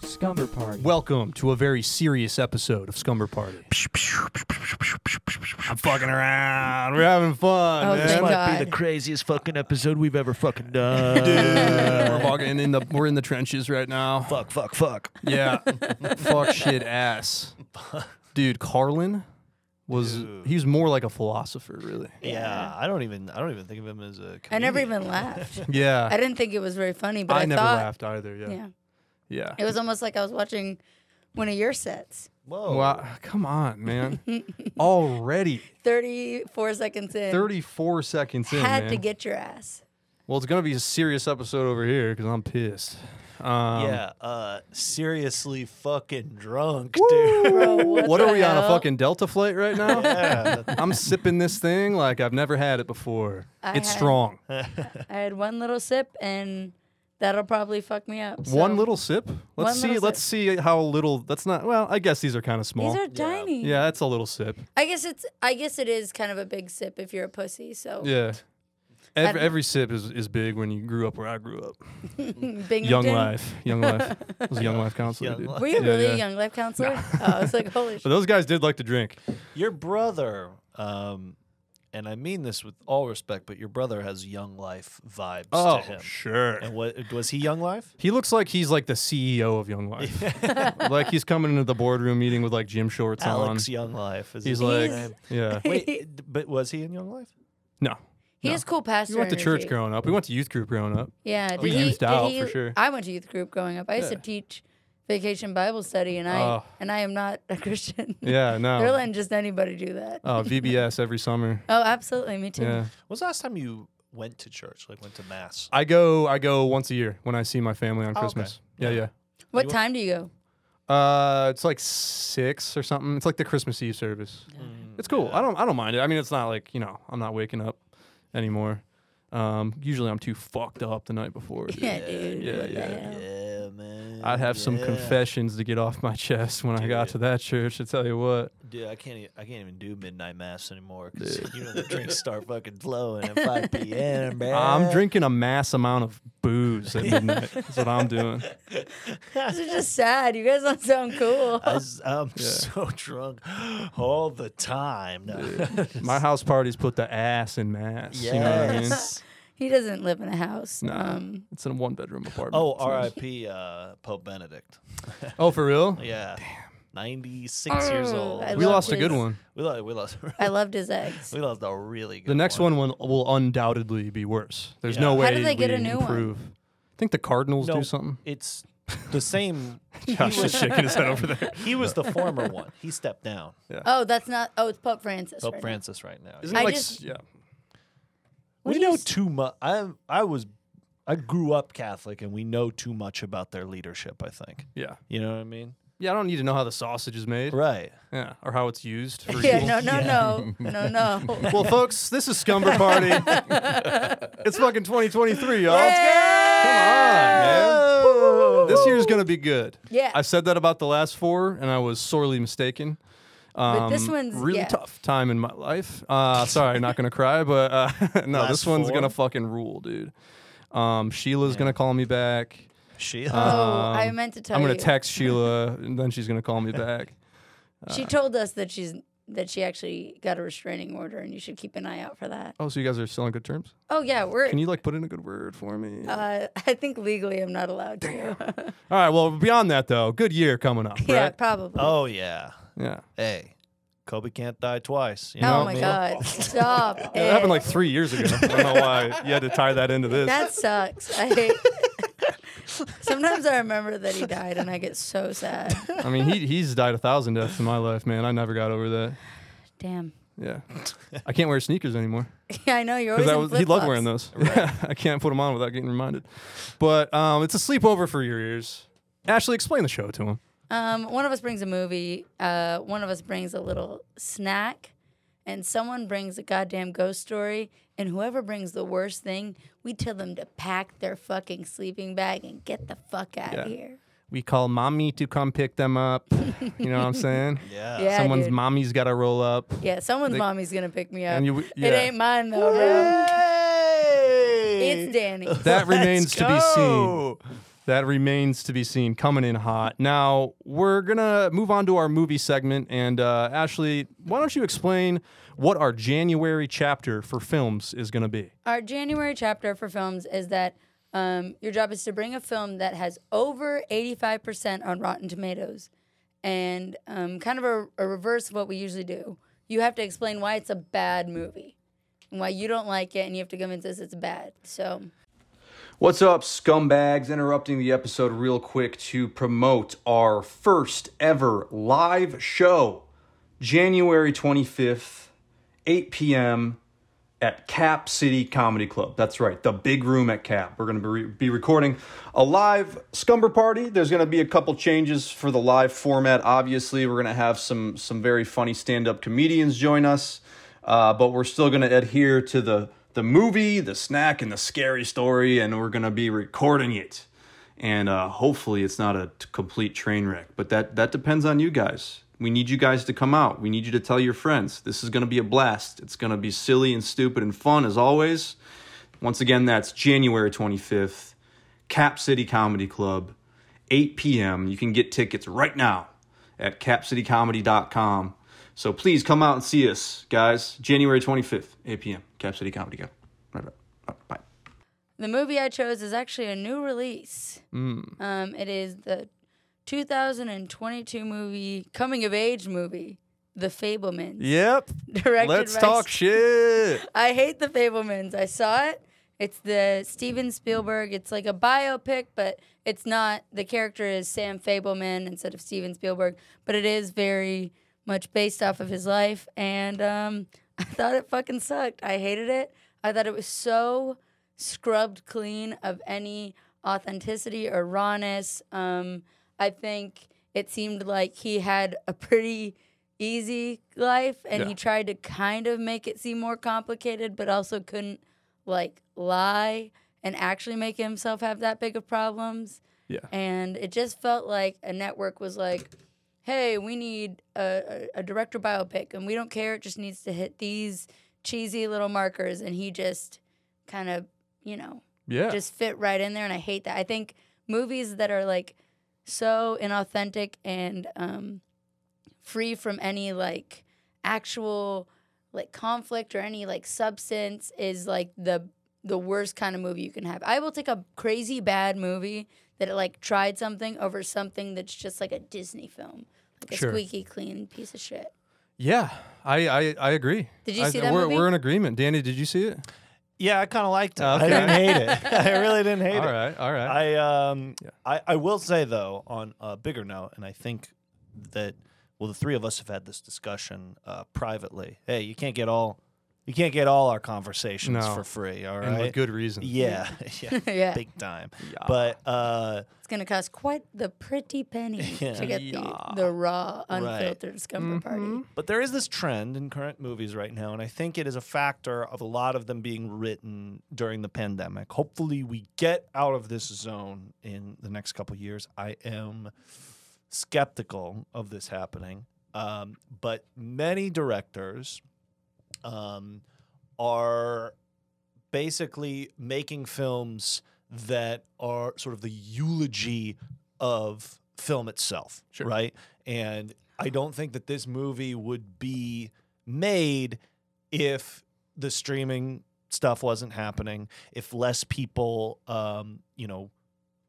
Scumber Party. Welcome to a very serious episode of Scumber Party. I'm fucking around. We're having fun. Oh, man. thank might God. be the craziest fucking episode we've ever fucking done. we're walking in the we're in the trenches right now. fuck, fuck, fuck. Yeah. Fuck shit ass. Dude, Carlin was he was more like a philosopher, really. Yeah. Yeah, I don't even I don't even think of him as a. Comedian. I never even laughed. Yeah. I didn't think it was very funny, but I I, never thought, laughed either. Yeah. yeah, Yeah. it was almost like I was watching one of your sets. Whoa. Wow, come on, man. Already 34 seconds in, 34 seconds in. had to man. get your ass. well, it's going to be a serious episode over here because I'm pissed. Um, yeah. Uh, seriously, fucking drunk, dude. Bro, what What the are we on a hell? fucking Delta flight right now? yeah. that- I'm sipping this thing like I've never had it before. I it's had- strong. I had one little sip, and that'll probably fuck me up. so- one little sip. Let's One see. little Let's see how little. That's not. Well, I guess these are kind of small. These are tiny. yeah, that's a little sip. I guess it's. I guess it is kind of a big sip if you're a pussy. So Yeah. Every, I've- every sip is, is big when you grew up where I grew up. Binghamton. Young life. Young life. I was a young life counselor, Young dude. life. Were you Yeah, really yeah. a young life counselor? oh, I was like, holy But shit. those guys did like to drink. your brother, um, and I mean this with all respect, but your brother has young life vibes to him. Oh, sure. And what was he young life? He looks like he's like the CEO of Young Life. like he's coming into the boardroom meeting with like gym shorts Alex on. Young Life. Is He's his like, name. yeah. wait, d- but was he in Young Life? No. He no. has cool pastor. We went to church energy. growing up. We went to youth group growing up. Yeah, did We he, youthed did Oh, out he- for sure. I went to youth group growing up. I used Yeah. to teach vacation Bible study, and I Oh. and I am not a Christian. Yeah, no. They're letting just anybody do that. Oh, VBS every summer. oh, absolutely, me too. Yeah. When's the last time you went to church? Like went to mass? I go I go once a year when I see my family on okay. Christmas. Yeah, yeah. Yeah. What You- time do you go? Uh, it's like six or something. It's like the Christmas Eve service. Mm, It's cool. I don't I don't mind it. I mean, it's not like you know I'm not waking up anymore. Um, usually I'm too fucked up the night before. dude. Yeah, dude. yeah, what the yeah. hell? Yeah, man. I'd have some yeah. confessions to get off my chest when I got Dude. to that church. I tell you what. Dude, I can't. e- I can't even do midnight mass anymore because you know the drinks start fucking flowing at 5 p.m. Man. I'm drinking a mass amount of booze at midnight. That's what I'm doing. This is just sad. You guys don't sound cool. I am so drunk all the time. No. My house parties put the ass in mass. You know what I mean? Yes. he doesn't live in a house. Nah. Um, It's in a one bedroom apartment. Oh, It's nice. R.I.P. Uh, Pope Benedict. Oh, for real? Yeah. 96 years Oh, old. I We love lost a this. good one. We lost. We lost. I loved his eggs. We lost a really good. The next one will, will undoubtedly be worse. There's no Yeah. way How do they get we a new one? improve. I think the Cardinals No. do something. It's the same. Josh is shaking his head over there. He was the former one. He stepped down. Oh, that's not. Oh, it's Pope Francis. Pope right now. Francis right now. Isn't I it like just- s- yeah? we do you know s- too much. I I was I grew up Catholic, and we know too much about their leadership. I think Yeah. you know what I mean. Yeah, I don't need to know how the sausage is made. Right. Yeah. Or how it's used for Yeah, evil. no, no, no, no, no. Well, folks, this is Scumber Party. it's fucking 2023, y'all. Come on, man. This year's gonna be good. Yeah. I said that about the last four, and I was sorely mistaken. But this Um, one's really yeah. tough time in my life. Uh, sorry, not gonna cry, but uh, no, this Last one's four? gonna fucking rule, dude. Um, Sheila's gonna call me back. She. Oh, I meant to tell Um, I'm you. gonna text Sheila, and then she's gonna call me back. Uh-huh. She told us that she's that she actually got a restraining order, and you should keep an eye out for that. Oh, so you guys are still on good terms? Oh yeah, we're. Can you like put in a good word for me? uh, I think legally I'm not allowed to. All right. Well, beyond that though, good year coming up, yeah, right? probably. Oh yeah. Yeah. Hey, Kobe can't die twice. You know oh what my I mean? God! Stop it. That happened like three years ago. I don't know why you had to tie that into this. That sucks. I hate. Sometimes I remember that he died, and I get so sad. I mean, he he's died a thousand deaths in my life, man. I never got over that. Damn. Yeah, I can't wear sneakers anymore Yeah, I know you're always. because I was in he loved flip-flops. wearing those. I can't put them on without getting reminded. But um, it's a sleepover for your ears. Ashley, explain the show to him. Um, one of us brings a movie. Uh, one of us brings a little snack, and someone brings a goddamn ghost story. And whoever brings the worst thing, we tell them to pack their fucking sleeping bag and get the fuck out Yeah. of here. We call mommy to come pick them up. you know what I'm saying? Yeah. Yeah, Uh, Someone's dude. mommy's got to roll up. Yeah, someone's They- mommy's gonna pick me up. And you, yeah. It ain't mine though, bro. It's Danny. That Let's remains to be go. seen. That remains to be seen. Coming in hot. Now we're gonna move on to our movie segment, and uh, Ashley, why don't you explain what our January chapter for films is gonna be? Our January chapter for films is that um, your job is to bring a film that has over 85% on Rotten Tomatoes and um, kind of a, a reverse of what we usually do. You have to explain why it's a bad movie and why you don't like it, and you have to convince us it's bad. So, What's up, scumbags? Interrupting the episode real quick to promote our first ever live show, January 25th, 8 p.m. at Cap City Comedy Club. That's right, the big room at Cap. We're going to be, be recording a live scumber party. There's going to be a couple changes for the live format. Obviously, we're going to have some some very funny stand-up comedians join us, uh, but we're still going to adhere to the the movie, the snack, and the scary story, and we're going to be recording it. And uh, hopefully, it's not a t- complete train wreck. But that that depends on you guys. We need you guys to come out. We need you to tell your friends. This is going to be a blast. It's going to be silly and stupid and fun as always. Once again, that's January 25th, Cap City Comedy Club, 8 p.m. You can get tickets right now at capcitycomedy.com. So please come out and see us, guys. January 25th, 8 p.m., Cap City Comedy Club. Right, right, right, bye. the movie I chose is actually a new release. Mm. Um, it is the 2022 movie, coming of age movie, The Fablemans. Yep. Directed Let's by talk shit. I hate the Fablemans. I saw it. It's the Steven Spielberg. It's like a biopic, but it's not. The character is Sam Fableman instead of Steven Spielberg, but it is very much based off of his life. And um, I thought it fucking sucked. I hated it. I thought it was so scrubbed clean of any authenticity or rawness. Um, I think it seemed like he had a pretty easy life and he Yeah. tried to kind of make it seem more complicated, but also couldn't like lie and actually make himself have that big of problems. Yeah. And it just felt like a network was like, hey, we need a, a, a director biopic and we don't care. It just needs to hit these cheesy little markers. And he just kind of, you know, Yeah. just fit right in there. And I hate that. I think movies that are like so inauthentic and um, free from any like actual like conflict or any like substance is like the the worst kind of movie you can have. I will take a crazy bad movie that it like tried something over something that's just like a Disney film, like a Sure. squeaky clean piece of shit. yeah. I, I, I agree. Did you I- see that we're, movie? We're in agreement. Danny, did you see it? Yeah, I kind of liked it. Okay. I didn't hate it. I really didn't hate All it. right. All right. I um Yeah. I, I will say though on a bigger note, and I think that well the three of us have had this discussion uh, privately. Hey, you can't get all you can't get all our conversations No. for free. All right, and with good reason. yeah, yeah, yeah, big time. Yeah. But uh, it's gonna cost quite the pretty penny Yeah. to get Yeah. the, the raw, Right. unfiltered Mm-hmm. scumber party. but there is this trend in current movies right now, and I think it is a factor of a lot of them being written during the pandemic. Hopefully, we get out of this zone in the next couple of years. I am skeptical of this happening, um, but many directors um, are basically making films that are sort of the eulogy of film itself, Sure. right? And I don't think that this movie would be made if the streaming stuff wasn't happening, if less people, um, you know,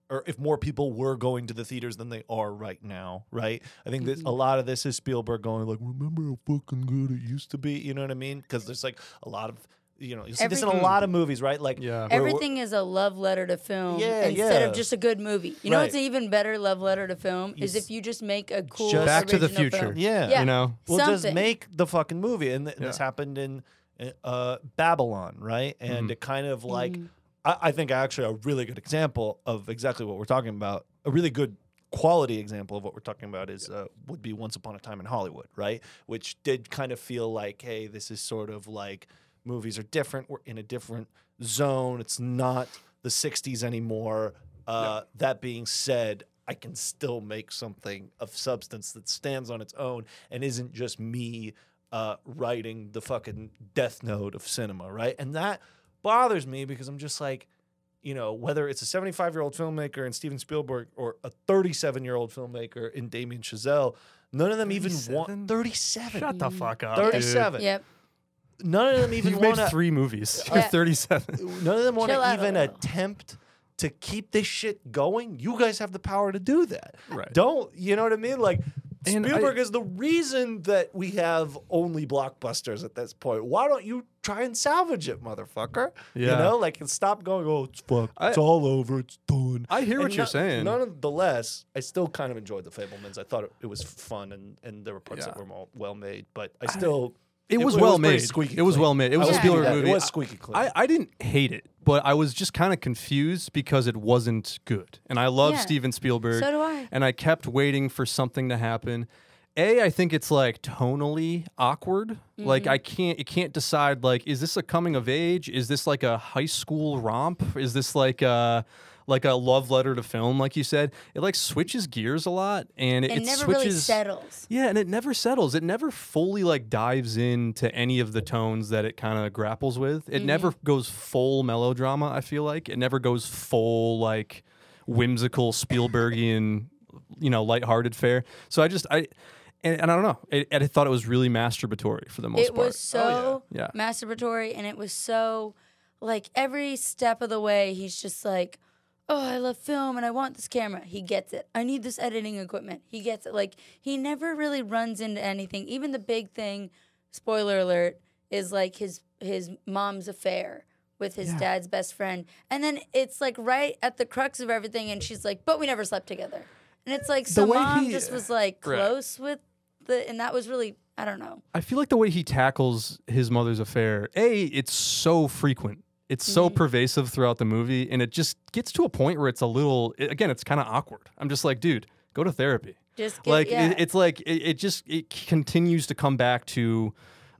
or if more people were going to the theaters than they are right now, right? I think that a lot of this is Spielberg going like, "Remember how fucking good it used to be," you know what I mean? Because there's like a lot of, you know, you see this in a Everything- lot of movies, right? Like, Yeah. where- where- Everything is a love letter to film Yeah, instead yeah. of just a good movie. You know Right. what's an even better love letter to film is Yes. if you just make a cool Just- Back to the original future. film. yeah, Yeah. You know? Well, just Something. make the fucking movie, and, th- and this Yeah. happened in uh, Babylon, right? And Mm-hmm. it kind of like, Mm-hmm. I, I think actually a really good example of exactly what we're talking about. A really good quality example of what we're talking about is uh, would be Once Upon a Time in Hollywood, right? Which did kind of feel like, hey, this is sort of like movies are different. We're in a different zone. It's not the '60s anymore. Uh, That being said, I I can still make something of substance that stands on its own and isn't just me uh, writing the fucking death note of cinema, right? And that bothers me because I'm just like, you know, whether it's a 75 year old filmmaker in Steven Spielberg or a 37 year old filmmaker in Damien Chazelle, none of them even 37? want 37. Shut the fuck up. dude. 37. Yep. None of them even You've made want to three movies. Yeah. You're 37. none of them want Chill out to a even little. attempt to keep this shit going. You guys have the power to do that. Right. Don't you know what I mean? Like And I- Spielberg is the reason that we have only blockbusters at this point. Why don't you try and salvage it, motherfucker? You Yeah. know, like and stop going. Oh, it's fucked. I- it's all over. It's done. I hear And what you're no- saying. Nonetheless, I still kind of enjoyed the Fablemans. I thought it, it was fun, and and there were parts Yeah. that were more well made, but I still. It was pretty well made. squeaky It was clean. well made. It was I a will give you Spielberg that. movie. It was squeaky clean. I, I didn't hate it, but I was just kind of confused because it wasn't good. And I love Yeah. Steven Spielberg. So do I. And I kept waiting for something to happen. A, I think it's like tonally awkward. Mm-hmm. Like I can't it can't decide like is this a coming of age? Is this like a high school romp? Is this like a like a love letter to film like you said? It like switches gears a lot and it, It, it never switches really settles. yeah, and it never settles. It never fully like dives into any of the tones that it kind of grapples with. It Mm-hmm. never goes full melodrama, I feel like. It never goes full like whimsical Spielbergian, you know, lighthearted fare. So I just I and, and I don't know. I, I thought it was really masturbatory for the most It part. Oh, was so yeah. Yeah. masturbatory and it was so like every step of the way he's just like, Oh, I love film and I want this camera. He gets it. I need this editing equipment. He gets it. Like he never really runs into anything. Even the big thing, spoiler alert, is like his his mom's affair with his dad's best friend. And then it's like right at the crux of everything and she's like, But we never slept together. And it's like so way mom he- just was like Right. close with the and that was really I don't know. I feel like the way he tackles his mother's affair, A, it's so frequent. It's so Mm-hmm. pervasive throughout the movie, and it just gets to a point where it's a little, i- again, it's kind of awkward. I'm just like, dude, go to therapy. Just get, like yeah. it, it's like it, it just it c- continues to come back to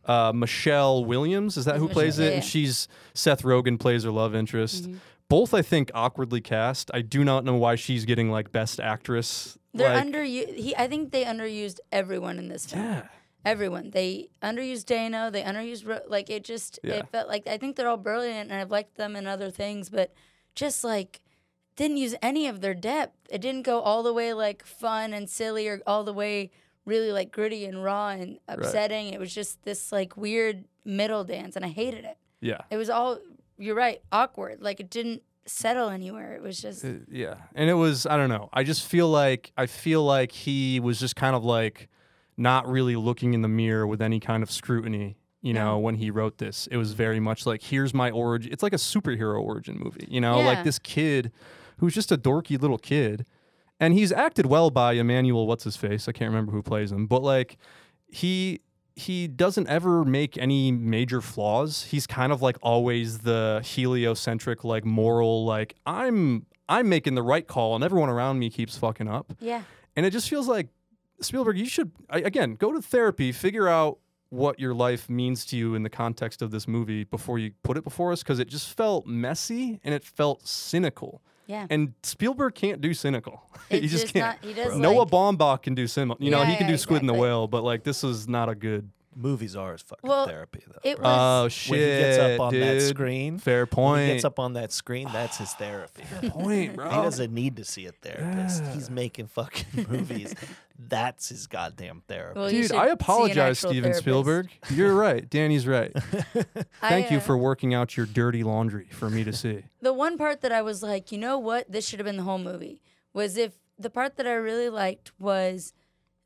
uh, Michelle Williams is that who plays it? Yeah. Mm-hmm. And she's Seth Rogen plays her love interest. Both I think awkwardly cast. I do not know why she's getting like best actress. They're like, under he I think they underused everyone in this film. yeah. Everyone. They underused Dano, they underused Ro- like it just Yeah. it felt like I think they're all brilliant and I've liked them in other things, but just like didn't use any of their depth. It didn't go all the way like fun and silly or all the way really like gritty and raw and upsetting. It was just this like weird middle dance and I hated it. Yeah. It was all you're right, awkward. Like it didn't settle anywhere. It was just Uh, yeah and it was i don't know i just feel like i feel like he was just kind of like not really looking in the mirror with any kind of scrutiny you know when he wrote this it was very much like here's my origin it's like a superhero origin movie you know Yeah. like this kid who's just a dorky little kid and he's acted well by Emmanuel what's his face I can't remember who plays him but like he he doesn't ever make any major flaws he's kind of like always the heliocentric like moral like I'm I'm making the right call and everyone around me keeps fucking up yeah. and it just feels like Spielberg you should I- again go to therapy figure out what your life means to you in the context of this movie before you put it before us because it just felt messy and it felt cynical Yeah. and Spielberg can't do cynical. he It's just, just can't. not- he does, Noah like- Baumbach can do cynical. You know, Yeah, he can yeah, do Squid and the exactly. Whale, but like this is not a good. Movies are his fucking Well, therapy, though. It was Oh when shit, he gets up on dude. that screen, Fair when point. he gets Oh. up on that screen, that's his therapy. he point, bro. doesn't need to see a therapist. Yeah. He's making fucking movies. that's his goddamn therapy. Well, you Dude, should I see an apologize, actual Steven therapist. Spielberg. You're right. Danny's right. I, Thank you uh, for working out your dirty laundry for me to see. the one part that I was like, you know what, this should have been the whole movie. Was if the part that I really liked was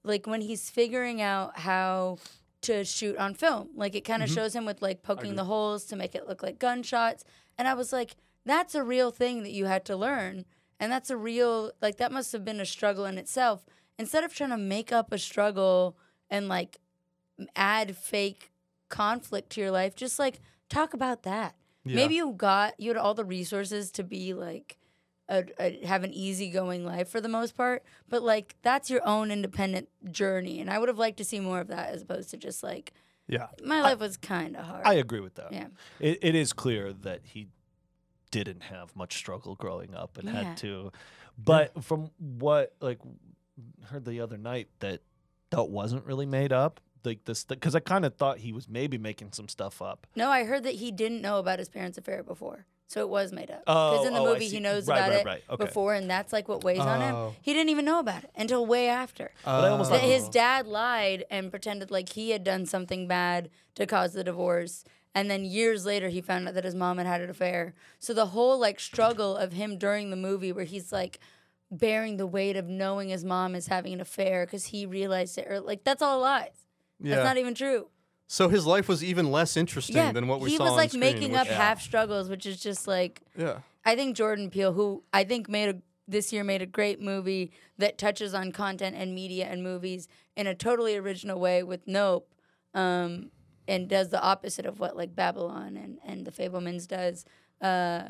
like when he's figuring out how to shoot on film. Like it kind of shows him with like poking the holes to make it look like gunshots. And I was like, that's a real thing that you had to learn. And that's a real, like, that must have been a struggle in itself. Instead of trying to make up a struggle and like add fake conflict to your life, just like talk about that. Yeah. Maybe you got, you had all the resources to be like, a, a, have an easygoing life for the most part. But like that's your own independent journey, and I would have liked to see more of that as opposed to just like Yeah. my life was kind of hard. I agree with that. yeah, It, it is clear that he didn't have much struggle growing up and Yeah. had to. But from what like heard the other night that that wasn't really made up. Like this, because I kind of thought he was maybe making some stuff up. No, I heard that he didn't know about his parents' affair before. So it was made up. Oh, in the oh, I movie he see. knows Right, about right, it right. Okay. before and that's like what weighs on him. Oh. He didn't even know about it until way after. But I almost that like- his dad lied and pretended like he had done something bad to cause the divorce and then years later he found out that his mom had had an affair so the whole like struggle of him during the movie where he's like bearing the weight of knowing his mom is having an affair because he realized it or like that's all lies yeah. that's not even true so his life was even less interesting yeah than what we he saw. was on like screen, making which- up half struggles which is just like Yeah. I think Jordan Peele, who I think made a this year made a great movie that touches on content and media and movies in a totally original way with Nope, um, and does the opposite of what like Babylon and and The Fablemans does. Uh,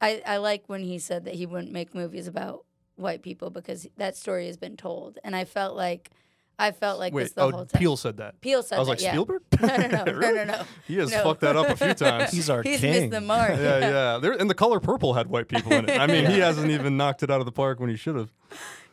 I I like when he said that he wouldn't make movies about white people because that story has been told, and I felt like I felt like Wait. this the Oh, whole time. Peele said that. Peele said I was that, like yeah. Spielberg. No, no, no, Really? no, no, no. He has No. fucked that up a few times. He's our He's king. missed the mark. yeah, yeah. There, and the color purple had white people in it. I mean, he hasn't even knocked it out of the park when he should have.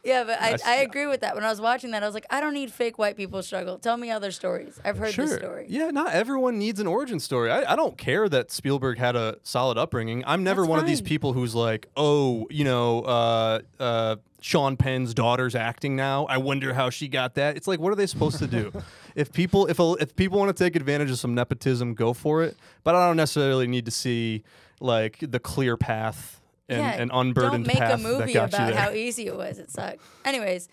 Yeah, but I, That's- I agree with that. When I was watching that, I was like, I don't need fake white people struggle. Tell me other stories. I've heard this story. Yeah, not everyone needs an origin story. I, I don't care that Spielberg had a solid upbringing. I'm never That's one of these fine. people who's like, oh, you know, uh, uh, Sean Penn's daughter's acting now. I wonder how she got that. It's like, what are they supposed to do? if people if a, if people want to take advantage of some nepotism, go for it. But I don't necessarily need to see like the clear path and, Yeah, and unburdened don't make path a movie that got about you there. how easy it was. It sucked. Anyways,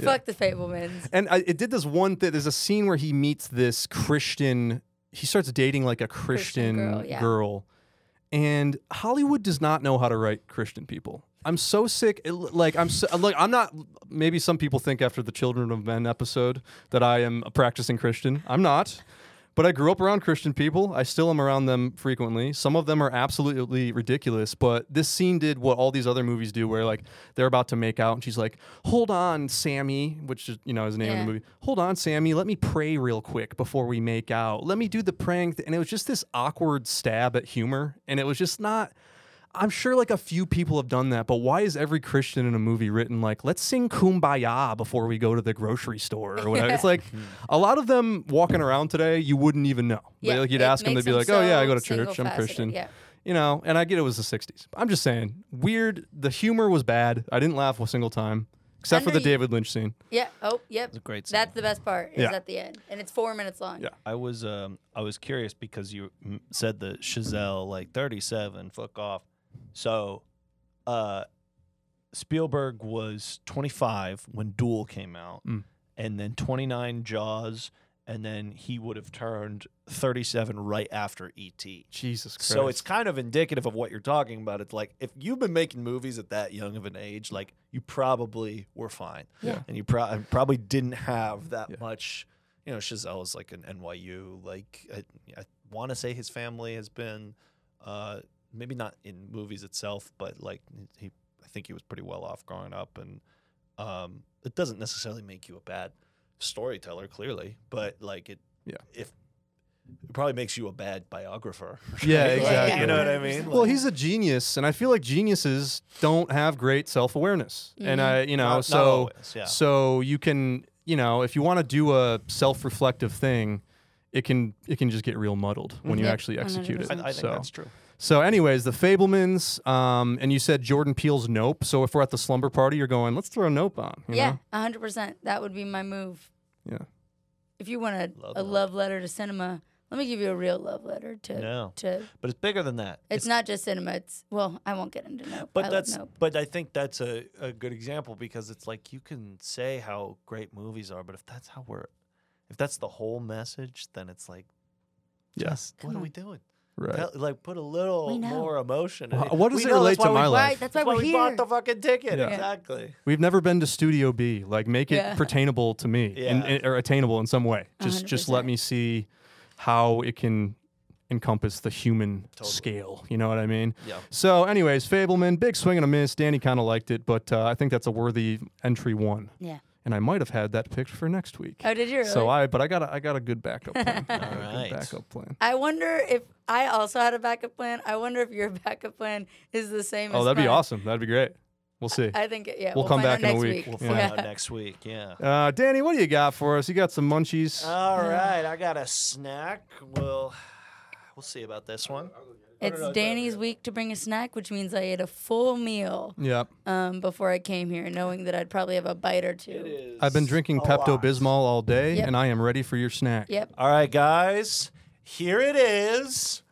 fuck the Fablemans. And I, it did this one thing. There's a scene where he meets this Christian. He starts dating like a Christian, Christian girl, yeah. girl. and Hollywood does not know how to write Christian people. I'm so sick. it- Like I'm so, like I'm not. Maybe some people think after the Children of Men episode that I am a practicing Christian. I'm not. But I grew up around Christian people. I still am around them frequently. Some of them are absolutely ridiculous, but this scene did what all these other movies do where like they're about to make out and she's like, "Hold on, Sammy," which is, you know, is the name of Yeah. the movie. "Hold on, Sammy, let me pray real quick before we make out. Let me do the praying." Th-. And it was just this awkward stab at humor, and it was just not I'm sure like a few people have done that, but why is every Christian in a movie written like, let's sing kumbaya before we go to the grocery store or whatever? it's like Mm-hmm. a lot of them walking around today, you wouldn't even know. Yeah, like you'd it ask them, they'd makes be them like, oh yeah, I so go to church, I'm single-faceted, Christian. yeah. You know, and I get it was the 60s. I'm just saying, weird. The humor was bad. I didn't laugh a single time, except for Under the you- David Lynch scene. Yeah. Oh, yep. a great scene. That's the best part. Is Yeah. at the end, and it's four minutes long. Yeah. I was um I was curious because you m- said the Chazelle like 37 fuck off. So uh Spielberg was 25 when Duel came out Mm. and then 29 Jaws and then he would have turned 37 right after E ET. Jesus Christ. So it's kind of indicative of what you're talking about. It's like if you've been making movies at that young of an age, like you probably were fine. Yeah. And you pro- and probably didn't have that Yeah. much. You know, Chazelle is like an NYU. Like I, I want to say his family has been, uh, maybe not in movies itself, but like he, I think he was pretty well off growing up, and um, it doesn't necessarily make you a bad storyteller, clearly, but like it, Yeah. if it probably makes you a bad biographer. Yeah, Like, exactly. You know what I mean? Well, he's a genius, and I feel like geniuses don't have great self awareness. And I, you know, Mm-hmm. Not- not so. always, yeah. So you can, you know, if you want to do a self-reflective thing, it can it can just get real muddled when you Yep, actually execute it. 100%. Mm-hmm. I, I think so, that's true. so, anyways, the Fablemans, um, and you said Jordan Peele's Nope. So if we're at the slumber party, you're going, let's throw Nope on. you Yeah. know? A hundred percent. That would be my move. yeah. If you want a Love a note. love letter to cinema, let me give you a real love letter to No. to. But it's bigger than that. It's, not just cinema. It's well, I won't get into nope. I But love that's nope. but I think that's a, a good example because it's like you can say how great movies are, but if that's how we're if that's the whole message, then it's like Yeah. just what Come are on. we doing? Right. Hell, like put a little We know. more emotion. in Wha- it. what does We it know, relate that's why to we- my Right. life? That's why That's why we're we here. bought the fucking ticket. Yeah. Exactly. We've never been to Studio B. Like, make it Yeah. pertainable to me and, Yeah. and- or attainable in some way. Just, just let 100%. me see how it can encompass the human scale. You know what I mean? Yeah. So, anyways, Fableman, big swing and a miss. Danny kind of liked it, but uh, I think that's a worthy entry one. yeah. and I might have had that picked for next week. Oh, did you really? So I, but I got a, I got a good backup plan. I got a Alright. good backup plan. I wonder if I also had a backup plan. I wonder if your backup plan is the same. Oh, as that'd be mine. awesome. That'd be great. We'll see. I think it- yeah. We'll We'll, come find out back in a week. next We'll find Yeah. out next week. Yeah. Uh, Danny, what do you got for us? You got some munchies. All right, I got a snack. We'll we'll see about this one. It's Danny's week to bring a snack, which means I ate a full meal yeah. um, before I came here, knowing that I'd probably have a bite or two. I've been drinking Pepto Bismol all day, Yep. and I am ready for your snack. Yep. All right, guys, here it is,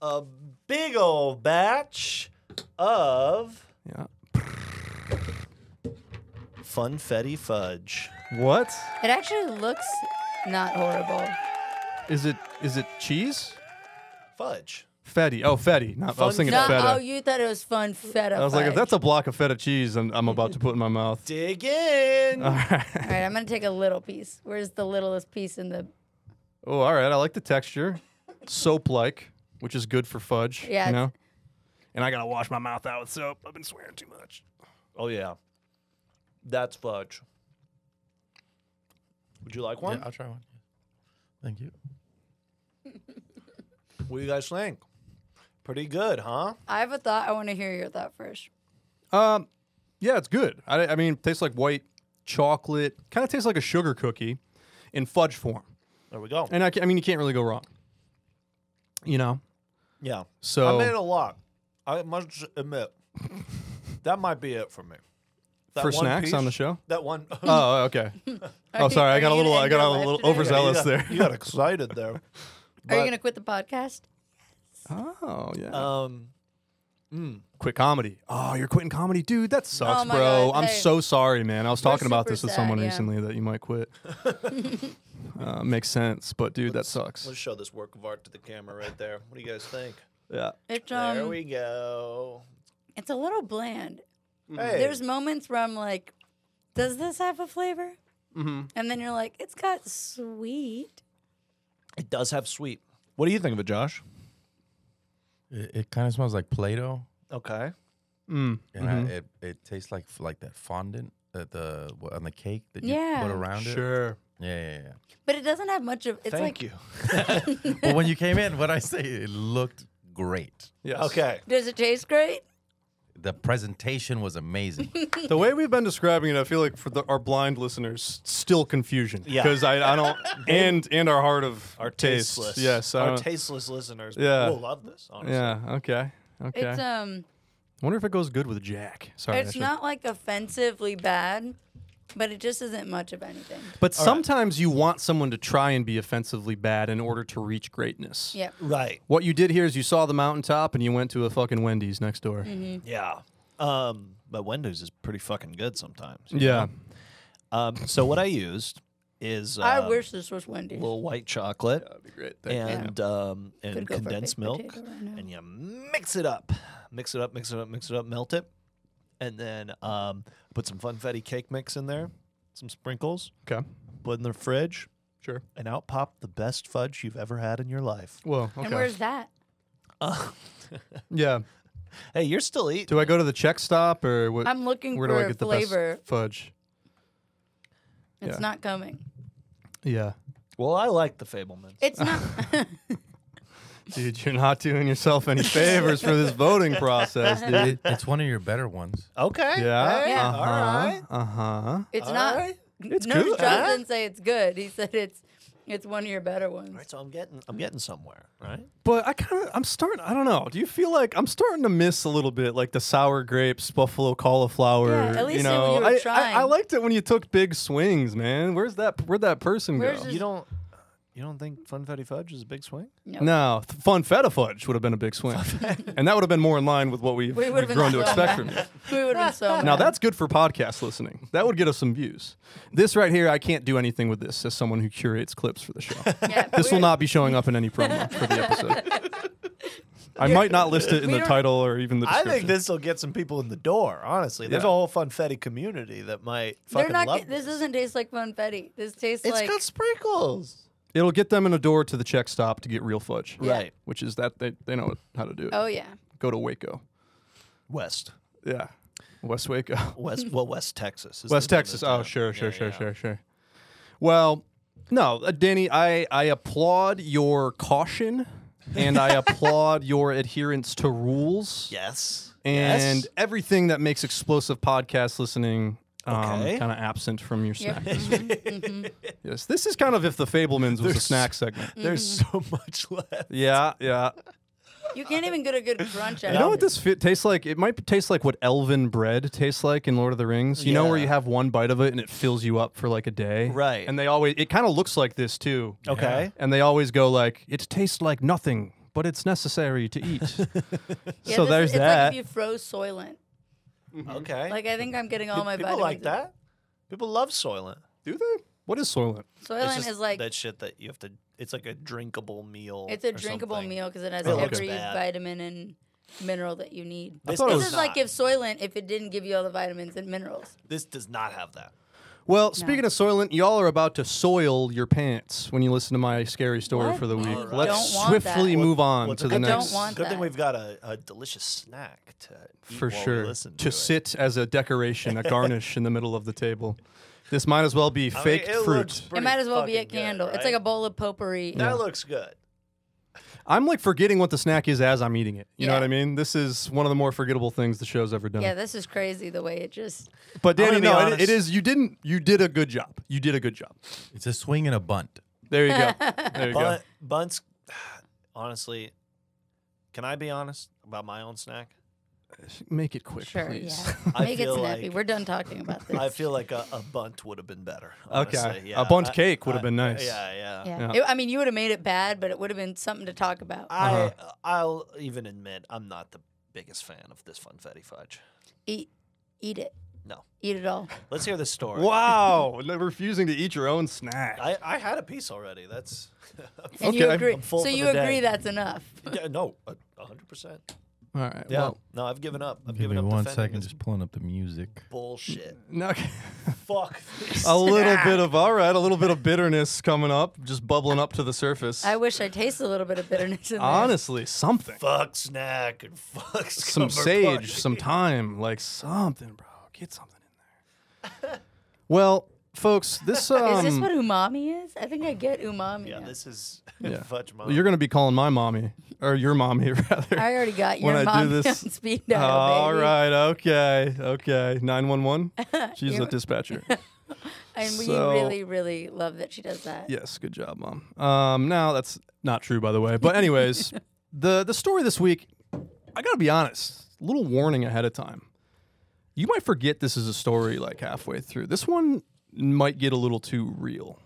a big old batch of Yeah. funfetti fudge. What It actually looks not horrible. is it? Is it cheese? Fudge. Fetty. Oh, fetty. Not. I was Fun thinking No, of feta. oh, you thought it was fun feta. I was like, if fudge. that's a block of feta cheese, I'm, I'm about to put in my mouth. Dig in. All right. All right, I'm gonna take a little piece. Where's the littlest piece in the? Oh, all right. I like the texture. Soap like, which is good for fudge. Yeah, You it's- know? And I got to wash my mouth out with soap. I've been swearing too much. Oh yeah, that's fudge. Would you like one? Yeah, I'll try one. Thank you. What do you guys think? Pretty good, huh? I have a thought. I want to hear your thought first. Um, yeah, it's good. I, I mean, tastes like white chocolate. Kind of tastes like a sugar cookie in fudge form. There we go. And I, ca- I mean, you can't really go wrong. You know? Yeah. So- I made a lot. I must admit that might be it for me. That For one snacks on piece- the show? That one. Oh, okay. Are oh, you- sorry. I are got a you little. gonna I end got your a life little today? overzealous you got, there. You got excited there. Are you But, gonna quit the podcast? Oh yeah. Um, quit comedy. Oh, you're quitting comedy, dude. That sucks, Oh my bro. God, I'm hey. so sorry, man. I was talking about super this with sad, someone yeah. recently that you might quit. uh, makes sense, but dude, that sucks. let's show this work of art to the camera right there. What do you guys think? Yeah. It's there um, we go. it's a little bland. Hey, mm-hmm. There's moments where I'm like, does this have a flavor? Mm-hmm. And then you're like, it's got sweet. it does have sweet. What do you think of it, Josh? It, it kind of smells like Play-Doh, Okay. Mm. and I, it it tastes like like that fondant that the what, on the cake that you Yeah. put around it. Sure. Yeah, yeah, yeah. But it doesn't have much of it's like Thank you. well, when you came in, what I say, it looked great. Yes. Okay. does it taste great? The presentation was amazing. The way we've been describing it, I feel like for the, our blind listeners, still confusion. Yeah. Because I, I don't, and and our heart of Our taste. tasteless. Yes. I Our don't- tasteless listeners Yeah. will love this, honestly. Yeah. Okay. Okay. It's um Wonder if it goes good with Jack. Sorry. I it's should- not like offensively bad, but it just isn't much of anything. But sometimes you want someone to try and be offensively bad in order to reach greatness. Yep. Right. What you did here is you saw the mountaintop and you went to a fucking Wendy's next door. Mm-hmm. Yeah. Um, but Windows is pretty fucking good sometimes. Yeah. Um, so what I used is uh, I wish this was Wendy's. little white chocolate That'd be great. and um, Could and go for a condensed baked milk, potato right now. and you mix it up, mix it up, mix it up, mix it up, melt it, and then um, put some funfetti cake mix in there, some sprinkles, Okay. put in the fridge, Sure. and out pop the best fudge you've ever had in your life. Well, okay. And where's that? yeah. Hey, you're still eating. Do I go to the check stop or what? I'm looking where for do I get the flavor. best fudge? It's Yeah. not coming. Yeah. Well, I like the Fablemans. It's not Dude, you're not doing yourself any favors for this voting process, dude. it's one of your better ones. Okay. Yeah. Hey, uh-huh. Yeah. All right. Uh huh. it's All not right. it's no good. Josh Huh? didn't say it's good. He said it's it's one of your better ones. All right. So I'm getting Mm. I'm getting somewhere. Right. But I kind of, I'm starting, I don't know. Do you feel like I'm starting to miss a little bit like the sour grapes, buffalo cauliflower? Yeah, at you least know, when you were I, I- trying. I, liked it when you took big swings, man. Where's that, where'd that person Where's go? his- You don't you don't think funfetti fudge is a big swing? No, th- fun feta fudge would have been a big swing, and that would have been more in line with what we've, We we've would've been grown to so expect mad. from you. We would have been so Now mad. that's good for podcast listening. That would get us some views. This right here, I can't do anything with this as someone who curates clips for the show. Yeah, This will we're- not be showing up in any promo for the episode. I might not list it in We the don't- title or even the I description. think this will get some people in the door, honestly. There's Yeah. a whole funfetti community that might They're fucking not. love get- This doesn't taste like funfetti. This tastes It's like got sprinkles. It'll get them in a door to the check stop to get real fudge. Right. Oh. Which is that they, they know how to do it. oh yeah. Go to Waco. West. Yeah. West Waco. West, well, West Texas. Is West the name of Texas. the Oh, town. sure, sure, Yeah, sure, yeah. sure, sure. Well, no, uh, Danny, I, I applaud your caution and I applaud your adherence to rules Yes. and Yes. everything that makes explosive podcast listening um, Okay. kind of absent from your Yeah. snack. yes, this is kind of if the Fablemans was a There's- snack segment. Mm. There's Mm-hmm. so much left. Yeah, yeah. You can't even get a good crunch out You know of what it. this fi- tastes like? It might taste like what elven bread tastes like in Lord of the Rings. You know where Yeah. you have one bite of it and it fills you up for like a day. Right. And they always it kind of looks like this too. Okay. And they always go like it tastes like nothing, but it's necessary to eat. Yeah, so this- there's it's that. Like if you froze Soylent. Mm-hmm. Okay. Like I think I'm getting all my People vitamins. like that. People love Soylent. Do they? What is Soylent? It's Soylent just is like that shit that you have to. It's like a drinkable meal. it's a or drinkable something. meal because it has It looks every bad. vitamin and mineral that you need. This thought it This was- is like if Soylent, if it didn't give you all the vitamins and minerals. This does not have that. Well, speaking of Soylent, y'all are about to soil your pants when you listen to my scary story What? for the I week. don't Let's want that. swiftly What- move on What's to a the good I next. don't want Good thing that. we've got a, a delicious snack to eat for while we sure listen to, to, it. sit as a decoration, a garnish in the middle of the table. This might as well be I mean, faked it looks fruit. It pretty might as well be a fucking good, candle. It's right? like a bowl of potpourri. That looks good. I'm like forgetting what the snack is as I'm eating it. You know Yeah. what I mean? This is one of the more forgettable things the show's ever done. Yeah, this is crazy the way it just. but I'm Danny, gonna be no, it- honest. it is. You didn't. You did a good job. You did a good job. It's a swing and a bunt. There you go. There you go. Bun, buns, honestly, can I be honest about my own snack? Make it quick, Sure, please. yeah. I Make it feel snappy. like- We're done talking about this. I feel like a, a bunt would have been better. Okay. honestly. A Yeah, bunt I- cake would have I- been nice. Yeah, yeah. yeah. Yeah. It- I mean, you would have made it bad, but it would have been something to talk about. I Uh-huh. I'll even admit I'm not the biggest fan of this funfetti fudge. eat, eat it. No. Eat it all. Let's hear the story. Wow, no, refusing to eat your own snack. I, I had a piece already. That's And you Okay. agree. I'm full so for you the agree day. that's enough. yeah, no, a- a hundred percent. All right. Yeah, Well, no, I've given up. I've Give given me up. one defending second, this just pulling up the music. bullshit. no, Fuck. This. a little bit of all right, a little bit of bitterness coming up, just bubbling up to the surface. I wish I tasted a little bit of bitterness in there. Honestly, something. fuck snack and fuck some scumber sage, party. some time, like something, bro. Get something in there. well, folks, this um, Is this what umami is? I think I get umami. Yeah, now. this is Yeah. fudge mom. you're gonna be calling my mommy or your mommy rather. I already got your When I do umami this- on speed dial, All baby. right, okay, okay. Nine one one. She's the You're- dispatcher. And we So- really, really love that she does that. yes, good job, mom. Um, now that's not true, by the way. But anyways, the the story this week, I gotta be honest. Little warning ahead of time. You might forget this is a story like halfway through. This one might get a little too real.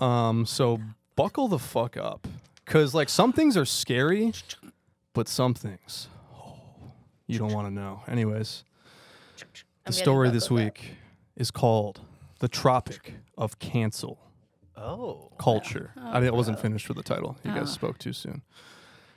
Um, so buckle the fuck up, cause like some things are scary, but some things, oh, you don't want to know. Anyways, I'm the getting story this buckled up. week is called "The Tropic of Cancel." oh, culture. I didn't- I wasn't finished with the title. You guys spoke too soon.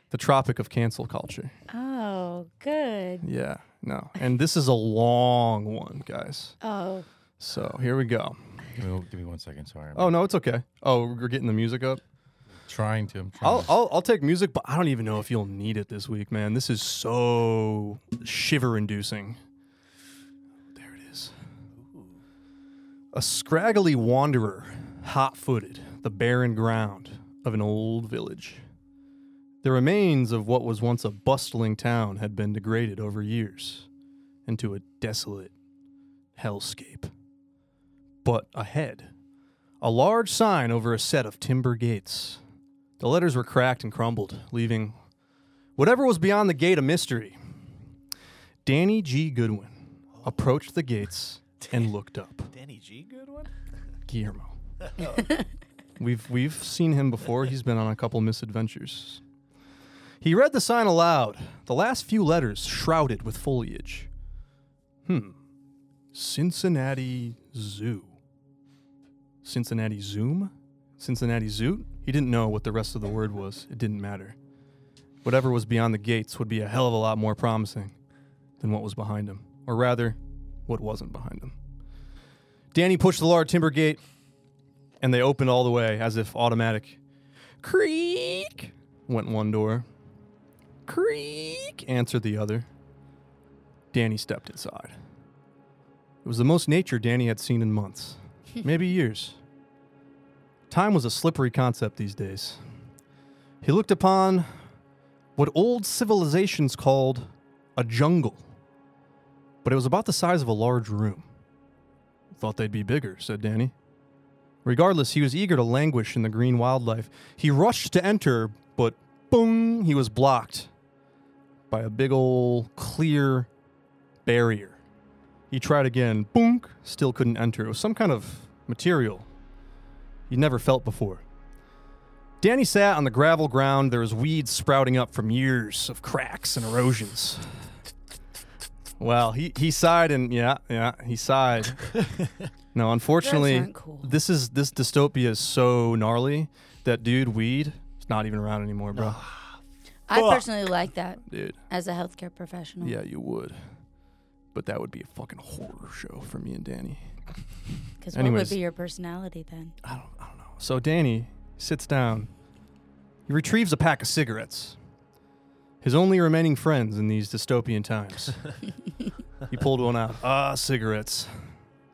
The Tropic of Cancel Culture. Oh, good. Yeah, no. And this is a long one, guys. Oh, So here we go. Give me, give me one second. Sorry, I'm Oh, no, it's okay. Oh, we're getting the music up. trying to. I'm trying I'll, I'll, I'll take music, but I don't even know if you'll need it this week, man. This is so shiver inducing. There it is. A scraggly wanderer, hot footed, the barren ground of an old village. The remains of what was once a bustling town had been degraded over years into a desolate hellscape. But ahead, a large sign over a set of timber gates. The letters were cracked and crumbled, leaving whatever was beyond the gate a mystery. Danny G. Goodwin approached the gates and looked up. Danny G. Good one. Guillermo. we've we've seen him before. He's been on a couple misadventures. He read the sign aloud, the last few letters shrouded with foliage. Hmm. Cincinnati Zoo. Cincinnati Zoom? Cincinnati Zoot? He didn't know what the rest of the word was. It didn't matter. Whatever was beyond the gates would be a hell of a lot more promising than what was behind him, or rather, what wasn't behind him. Danny pushed the large timber gate, and they opened all the way as if automatic. Creak went one door. Creak answered the other. Danny stepped inside. It was the most nature Danny had seen in months, maybe years. Time was a slippery concept these days. He looked upon what old civilizations called a jungle, but it was about the size of a large room. Thought they'd be bigger, said Danny. Regardless, he was eager to languish in the green wildlife. He rushed to enter, but boom, he was blocked by a big ol' clear barrier. He tried again, boonk, still couldn't enter. It was some kind of material he'd never felt before. Danny sat on the gravel ground. There was weeds sprouting up from years of cracks and erosions. Well, he, he sighed and yeah, yeah, he sighed. no, unfortunately, aren't cool. this is this dystopia is so gnarly that dude, weed, it's not even around anymore, bro. I Fuck. personally like that Dude. as a healthcare professional. Yeah, you would. But that would be a fucking horror show for me and Danny. what would Because what would Anyways. be be your personality then? I don't, I don't know. So Danny sits down. He retrieves a pack of cigarettes. His only remaining friends in these dystopian times. he pulled one out. Ah, cigarettes.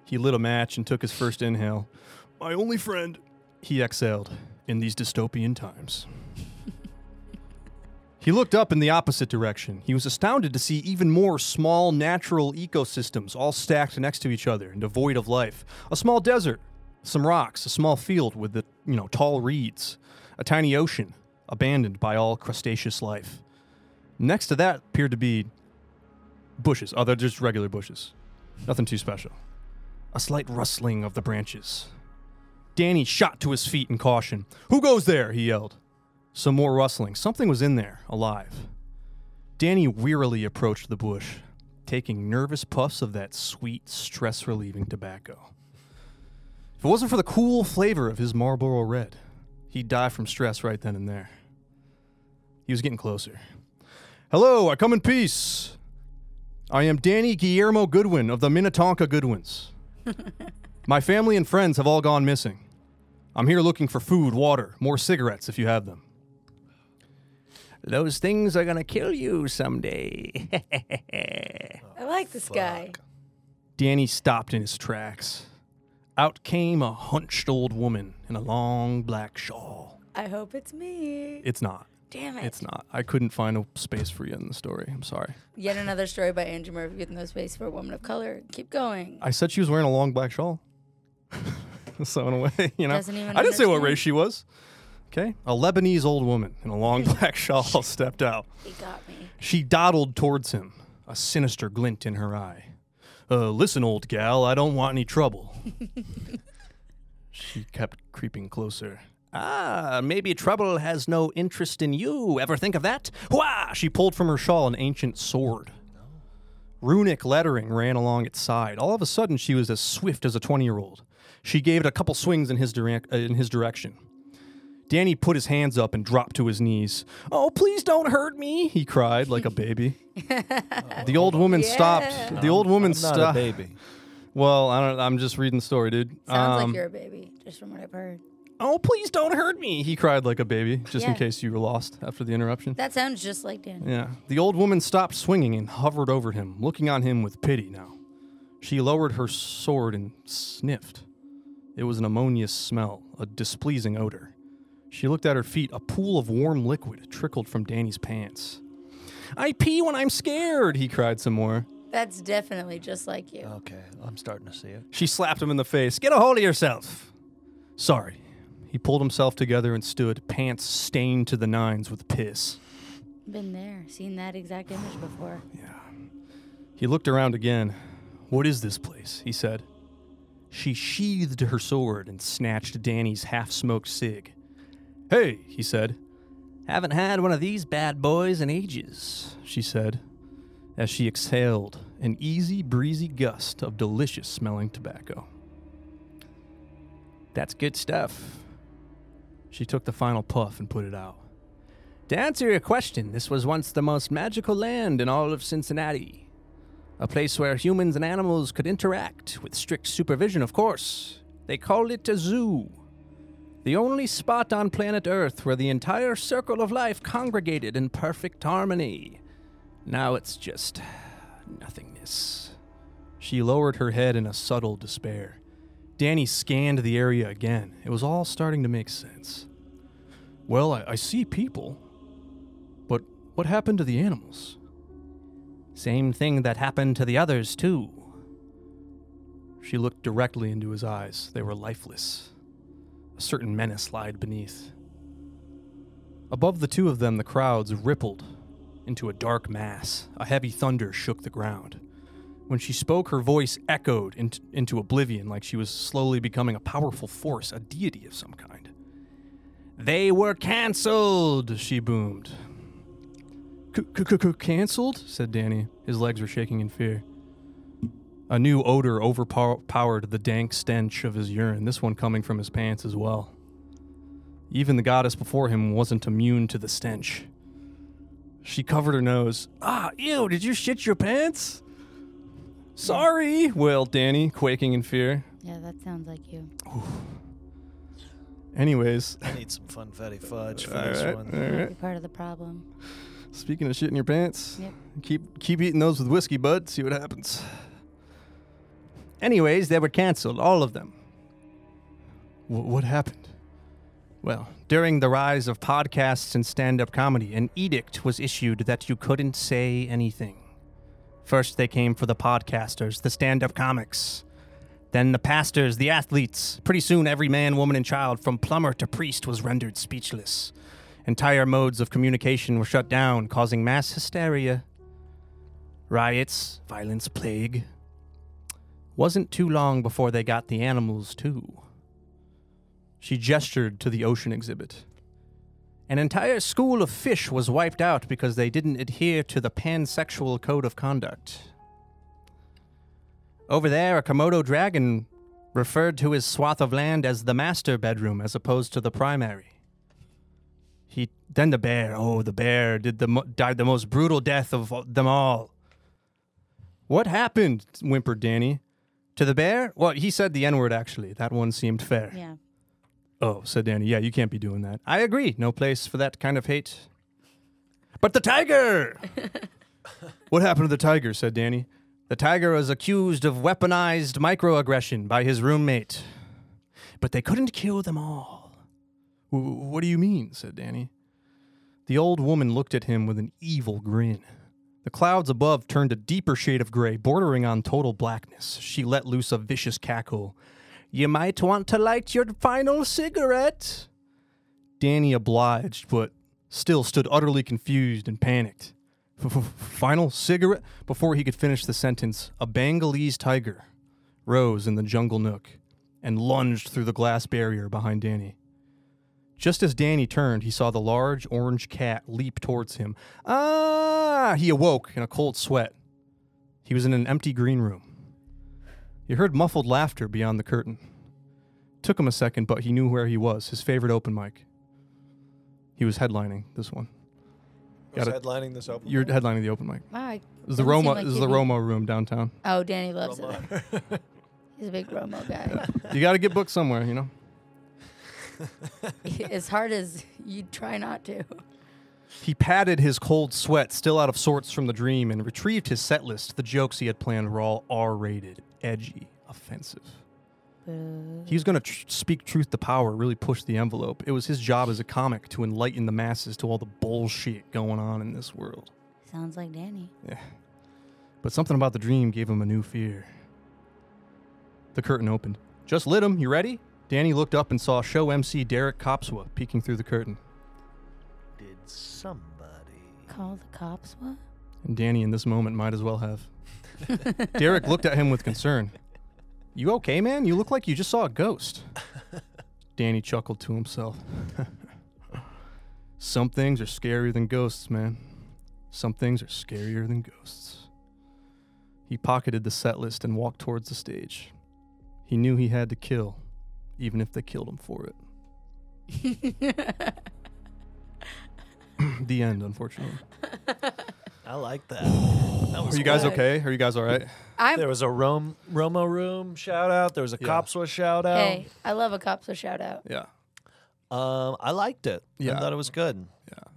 He lit a match and took his first inhale. My only friend. He exhaled in these dystopian times. He looked up in the opposite direction. He was astounded to see even more small natural ecosystems all stacked next to each other and devoid of life. A small desert, some rocks, a small field with the, you know, tall reeds, a tiny ocean abandoned by all crustaceous life. Next to that appeared to be bushes. Oh, they're just regular bushes. Nothing too special. A slight rustling of the branches. Danny shot to his feet in caution. Who goes there? he yelled. Some more rustling. Something was in there, alive. Danny wearily approached the bush, taking nervous puffs of that sweet, stress relieving tobacco. If it wasn't for the cool flavor of his Marlboro Red, he'd die from stress right then and there. He was getting closer. Hello, I come in peace. I am Danny Guillermo Goodwin of the Minnetonka Goodwins. My family and friends have all gone missing. I'm here looking for food, water, more cigarettes if you have them. Those things are gonna kill you someday. I like this guy. Danny stopped in his tracks. Out came a hunched old woman in a long black shawl. I hope it's me. It's not. Damn it. It's not. I couldn't find a space for you in the story. I'm sorry. Yet another story by Andrew Murphy with no space for a woman of color. Keep going. I said she was wearing a long black shawl. so in a way, you know, Doesn't even I didn't say what understand. race she was. Okay, a Lebanese old woman in a long black shawl stepped out. He got me. She dawdled towards him, a sinister glint in her eye. Uh, listen, old gal, I don't want any trouble. she kept creeping closer. Ah, maybe trouble has no interest in you. Ever think of that? Wah! She pulled from her shawl an ancient sword. Runic lettering ran along its side. All of a sudden, she was as swift as a 20 year old. She gave it a couple swings in his, direc- uh, in his direction. Danny put his hands up and dropped to his knees. Oh, please don't hurt me, he cried like a baby. the old woman stopped. The old woman I'm not a stopped. baby. Well, I don't, I'm just reading the story, dude. Sounds Um, like you're a baby, just from what I've heard. Oh, please don't hurt me. He cried like a baby, just in Yeah. case you were lost after the interruption. That sounds just like Dan. Yeah. The old woman stopped swinging and hovered over him, looking on him with pity now. She lowered her sword and sniffed. It was an ammonious smell, a displeasing odor. She looked at her feet. A pool of warm liquid trickled from Danny's pants. I pee when I'm scared, he cried some more. That's definitely just like Uh, you. Okay, I'm starting to see it. She slapped him in the face. Get a hold of yourself. Sorry. He pulled himself together and stood, pants stained to the nines with piss. Been there, seen that exact image before. He looked around again. What is this place? he said. She sheathed her sword and snatched Danny's half smoked cig. Hey, he said. Haven't had one of these bad boys in ages, she said, as she exhaled an easy, breezy gust of delicious smelling tobacco. That's good stuff. She took the final puff and put it out. To answer your question, this was once the most magical land in all of Cincinnati. A place where humans and animals could interact, with strict supervision, of course. They called it a zoo. The only spot on planet Earth where the entire circle of life congregated in perfect harmony. Now it's just nothingness. Yes. She lowered her head in a subtle despair. Danny scanned the area again. It was all starting to make sense. Well, I, I see people. But what happened to the animals? Same thing that happened to the others, too. She looked directly into his eyes. They were lifeless. A certain menace lied beneath. Above the two of them, the crowds rippled into a dark mass. A heavy thunder shook the ground. When she spoke, her voice echoed in- into oblivion like she was slowly becoming a powerful force, a deity of some kind. They were cancelled, she boomed. Cancelled? said Danny. His legs were shaking in fear. A new odor overpowered the dank stench of his urine, this one coming from his pants as well. Even the goddess before him wasn't immune to the stench. She covered her nose. Ah, ew, did you shit your pants? Sorry, wailed Danny, quaking in fear. Yeah, that sounds like you. Anyways, I need some funfetti fudge for all this right, one. all right. You're part of the problem. Speaking of shit in your pants, Yep. keep keep eating those with whiskey, bud. See what happens. Anyways, they were canceled, all of them. Wh- what happened? Well, during the rise of podcasts and stand-up comedy, an edict was issued that you couldn't say anything. First, they came for the podcasters, the stand-up comics. Then the pastors, the athletes. Pretty soon, every man, woman, and child, from plumber to priest, was rendered speechless. Entire modes of communication were shut down, causing mass hysteria. Riots, violence, plague. Wasn't too long before they got the animals, too. She gestured to the ocean exhibit. An entire school of fish was wiped out because they didn't adhere to the pansexual code of conduct. Over there, a Komodo dragon referred to his swath of land as the master bedroom as opposed to the primary. He then the bear. Oh, the bear did the mo- died the most brutal death of all- them all. What happened? whimpered Danny. To the bear? Well, he said the N word actually. That one seemed fair. Yeah. Oh, said Danny. Yeah, you can't be doing that. I agree. No place for that kind of hate. But the tiger! what happened to the tiger? said Danny. The tiger was accused of weaponized microaggression by his roommate. But they couldn't kill them all. "W- What do you mean? said Danny. The old woman looked at him with an evil grin. The clouds above turned a deeper shade of gray, bordering on total blackness. She let loose a vicious cackle. You might want to light your final cigarette. Danny obliged, but still stood utterly confused and panicked. F- f- Final cigarette? Before he could finish the sentence, a Bengalese tiger rose in the jungle nook and lunged through the glass barrier behind Danny. Just as Danny turned, he saw the large orange cat leap towards him. Ah! He awoke in a cold sweat. He was in an empty green room. He heard muffled laughter beyond the curtain. Took him a second, but he knew where he was, his favorite open mic. He was headlining this one. Who's Gotta- headlining this open? You're headlining the open mic. Wow. I This is the doesn't seem Roma like this is he'd the be- Romo room downtown. Oh, Danny loves it. He's a big Romo guy. You gotta get booked somewhere, you know? as hard as you try not to. He patted his cold sweat, still out of sorts from the dream, and retrieved his set list. The jokes he had planned were all R rated, edgy, offensive. He was going to tr- speak truth to power, really push the envelope. It was his job as a comic to enlighten the masses to all the bullshit going on in this world. Sounds like Danny. But something about the dream gave him a new fear. The curtain opened. Just lit him, you ready? Danny looked up and saw show MC Derek Copswa peeking through the curtain. Did somebody. Call the cops? What? And Danny, in this moment, might as well have. Derek looked at him with concern. You okay, man? You look like you just saw a ghost. Danny chuckled to himself. Some things are scarier than ghosts, man. Some things are scarier than ghosts. He pocketed the set list and walked towards the stage. He knew he had to kill, even if they killed him for it. the end, unfortunately. I like that. that Are was you guys cool. okay? Are you guys all right? I'm There was a Rome, Romo room shout out. There was a Yeah. Copswa shout out. hey. I love a cops. A shout out. Yeah. Um, I liked it. Yeah. I thought it was good.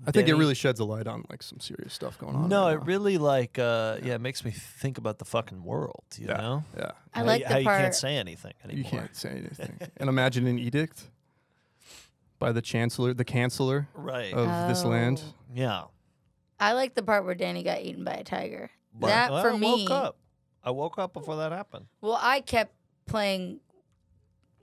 I think it Denny- really sheds a light on like some serious stuff going on. No, right it now. really like uh yeah, it makes me think about the fucking world, you Yeah. know? Yeah, I How like you- the how part. you can't say anything anymore. you can't say anything. and imagine an edict by the chancellor, the chancellor Right. of this land. Oh. yeah. I like the part where Danny got eaten by a tiger. But- that Well, for I me. woke up. I woke up before that happened. Well, I kept playing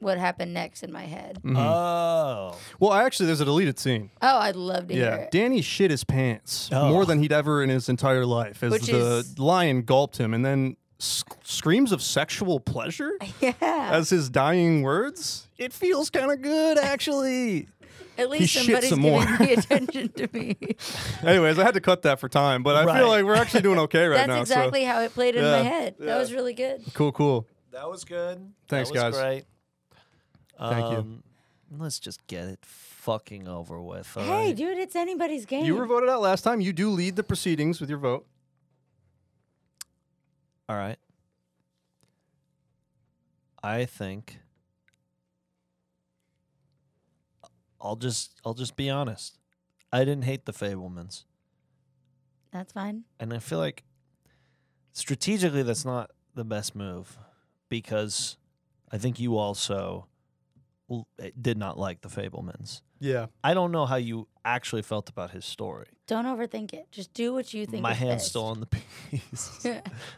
what happened next in my head. Mhm. Oh. well, actually, there's a deleted scene. Oh, I'd love to hear Yeah, it. Danny shit his pants Oh. more than he'd ever in his entire life as Which the is- lion gulped him, and then sc- screams of sexual pleasure Yeah. as his dying words. It feels kind of good, actually. At least shit somebody's some giving more. me attention to me. Anyways, I had to cut that for time, but I Right. feel like we're actually doing okay right That's now. so- exactly how it played in my Yeah, head. That yeah. was really good. cool, cool. That was good. Thanks, that was guys. Great. Thank you. you. Let's just get it fucking over with. all Hey, right? dude, it's anybody's game. You were voted out last time. You do lead the proceedings with your vote. All right. I think I'll just I'll just be honest. I didn't hate the Fablemans. That's fine. And I feel like strategically that's not the best move because I think you also l- eh, did not like the Fablemans. Yeah. I don't know how you actually felt about his story. Don't overthink it. Just do what you think. My is hand's best. still on the piece.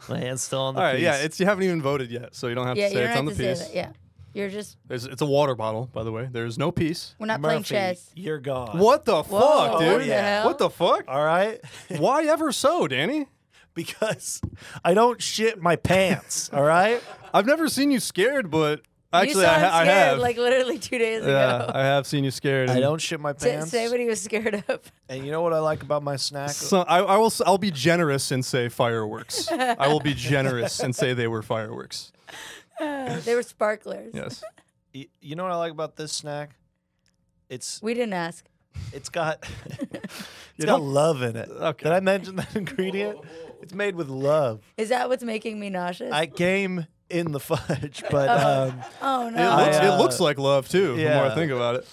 My hand's still on the All right. piece. Yeah. It's you haven't even voted yet, so you don't have yeah, to you say don't it's on have the to say piece. that. Yeah, you're just. There's, it's a water bottle, by the way. There's no piece. We're not playing Murphy, chess. You're gone. What the Whoa, fuck, what dude? the hell? What the fuck? All right. Why ever so, Danny? because I don't shit my pants. All right. I've never seen you scared, but you actually, saw I, him ha- I scared have. like literally two days yeah, ago. I have seen you scared. I and don't shit my Say- pants. Say what he was scared of. and you know what I like about my snack? So I, I will. s- I'll be generous and say fireworks. I will be generous and say they were fireworks. they were sparklers. Yes. Y- you know what I like about this snack? It's We didn't ask. it's got it's got don't- love in it. Okay. Did I mention that ingredient? It's made with love. Is that what's making me nauseous? I came in the fudge, but um, oh It, no. looks, I, uh, it looks like love too. The more I yeah. think about it,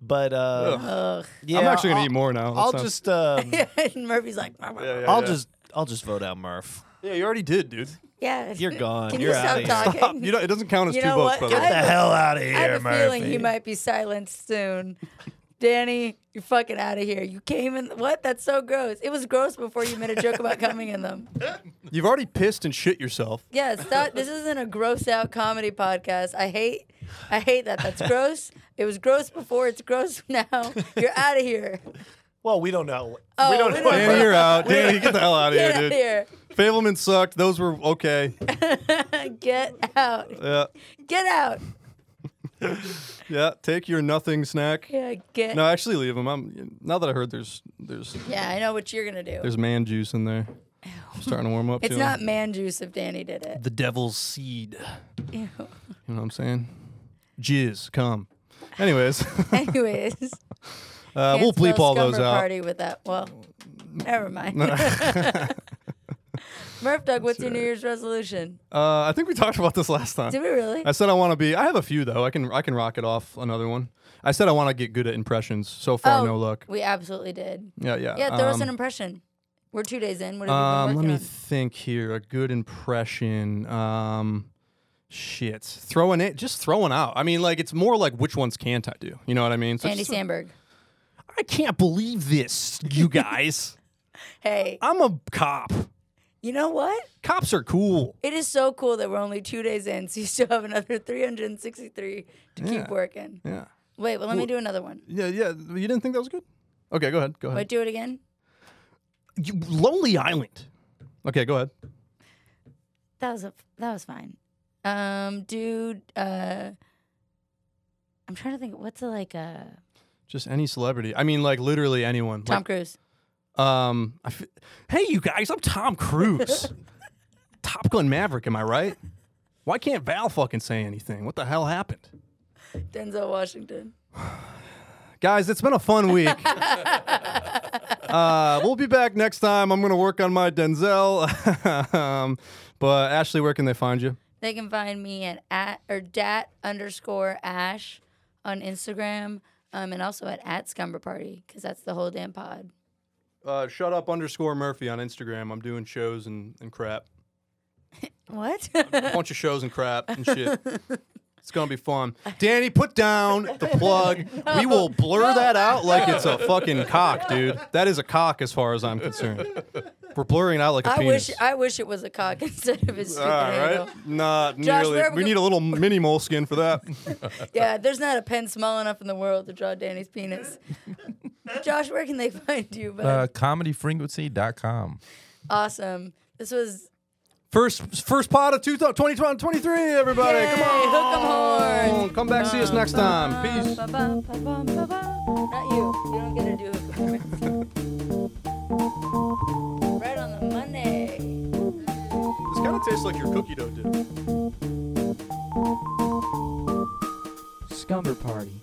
but uh, Ugh. Ugh. yeah, I'm actually gonna I'll- eat more now. That I'll sounds- just um, and Murphy's like, "Bah, bah, bah." Yeah, yeah, I'll yeah. just I'll just vote out Murph. Yeah, you already did, dude. yeah. You're gone. Can You're you stop outta here. talking? Stop. You know, it doesn't count as You two know votes. what? By the I- way. Get the hell out of here, I have a Murphy. feeling he might be silenced soon. Danny, you're fucking out of here. You came in. What? That's so gross. It was gross before you made a joke about coming in them. You've already pissed and shit yourself. Yeah, stop. This isn't a gross out comedy podcast. I hate, I hate that. That's gross. It was gross before. It's gross now. You're out of here. Well, we don't know. Oh, we don't we know. don't Danny, you're out. Danny, get the hell out of Get here, out dude. of here. Fableman sucked. Those were okay. Get out. Yeah, Get out. yeah. Take your nothing snack. Yeah, get. No, actually, leave them. I'm now that I heard there's there's Yeah, I know what you're gonna do. there's man juice in there. I'm starting to warm up. it's to not 'em. man juice if Danny did it. the devil's seed. Ew. You know what I'm saying? Jizz, come. Anyways, Anyways, uh, we'll can't spell bleep all those scumber out. Party with that. Well, never mind. uh, Murph Doug, what's your all New right. Uh, Year's resolution? I think we talked about this last time. Did we really? I said I want to be. I have a few though. I can I can rock it off another one. I said I want to get good at impressions. So far, Oh. no luck. We absolutely did. Yeah, yeah. Yeah, throw us an Um, impression. We're two days in. What have um, you let been working me on? think here. A good impression. Um, shit, throwing it, just throwing out. I mean, like it's more like which ones can't I do? You know what I mean? So Andy just- Sandberg. I can't believe this, you guys. Hey, I'm a cop. you know what? Cops are cool. It is so cool that we're only two days in, so you still have another 363 to Yeah. keep working. Yeah. Wait, well, let me do another one. Yeah, yeah. You didn't think that was good? Okay, go ahead. Go Wait, ahead. do it again. You, Lonely Island. Okay, go ahead. That was a, that was fine. Um, dude, uh, I'm trying to think. What's a, like uh, a Just any celebrity. I mean, like literally anyone. Tom Cruise? Like, um, I f- hey, you guys, I'm Tom Cruise. Top Gun Maverick, am I right? Why can't Val fucking say anything? What the hell happened? Denzel Washington. Guys, it's been a fun week. uh, we'll be back next time. I'm going to work on my Denzel. um, but Ashley, where can they find you? They can find me at, at or dat underscore ash on Instagram. um, and also at, at Scumber Party because that's the whole damn pod. Uh, shut up underscore Murphy on Instagram. I'm doing shows and, and crap. What? A bunch of shows and crap and shit. It's gonna be fun. Danny, put down the plug. we will blur that out like it's a fucking cock, dude. That is a cock as far as I'm concerned. We're blurring it out like a I penis. wish I wish it was a cock instead of his All stupid handle. right, not Josh, nearly. where We we- need a little mini moleskin for that. Yeah, there's not a pen small enough in the world to draw Danny's penis. Josh, where can they find you? But Uh, comedyfrequency.com. awesome. This was First, first pot of 2023, everybody. Yay, Come on, hook 'em horns. Come back, see us next time. Peace. Not you. You don't get to do hook 'em horns. right on the Monday. This kind of tastes like your cookie dough dip. Scumber Party.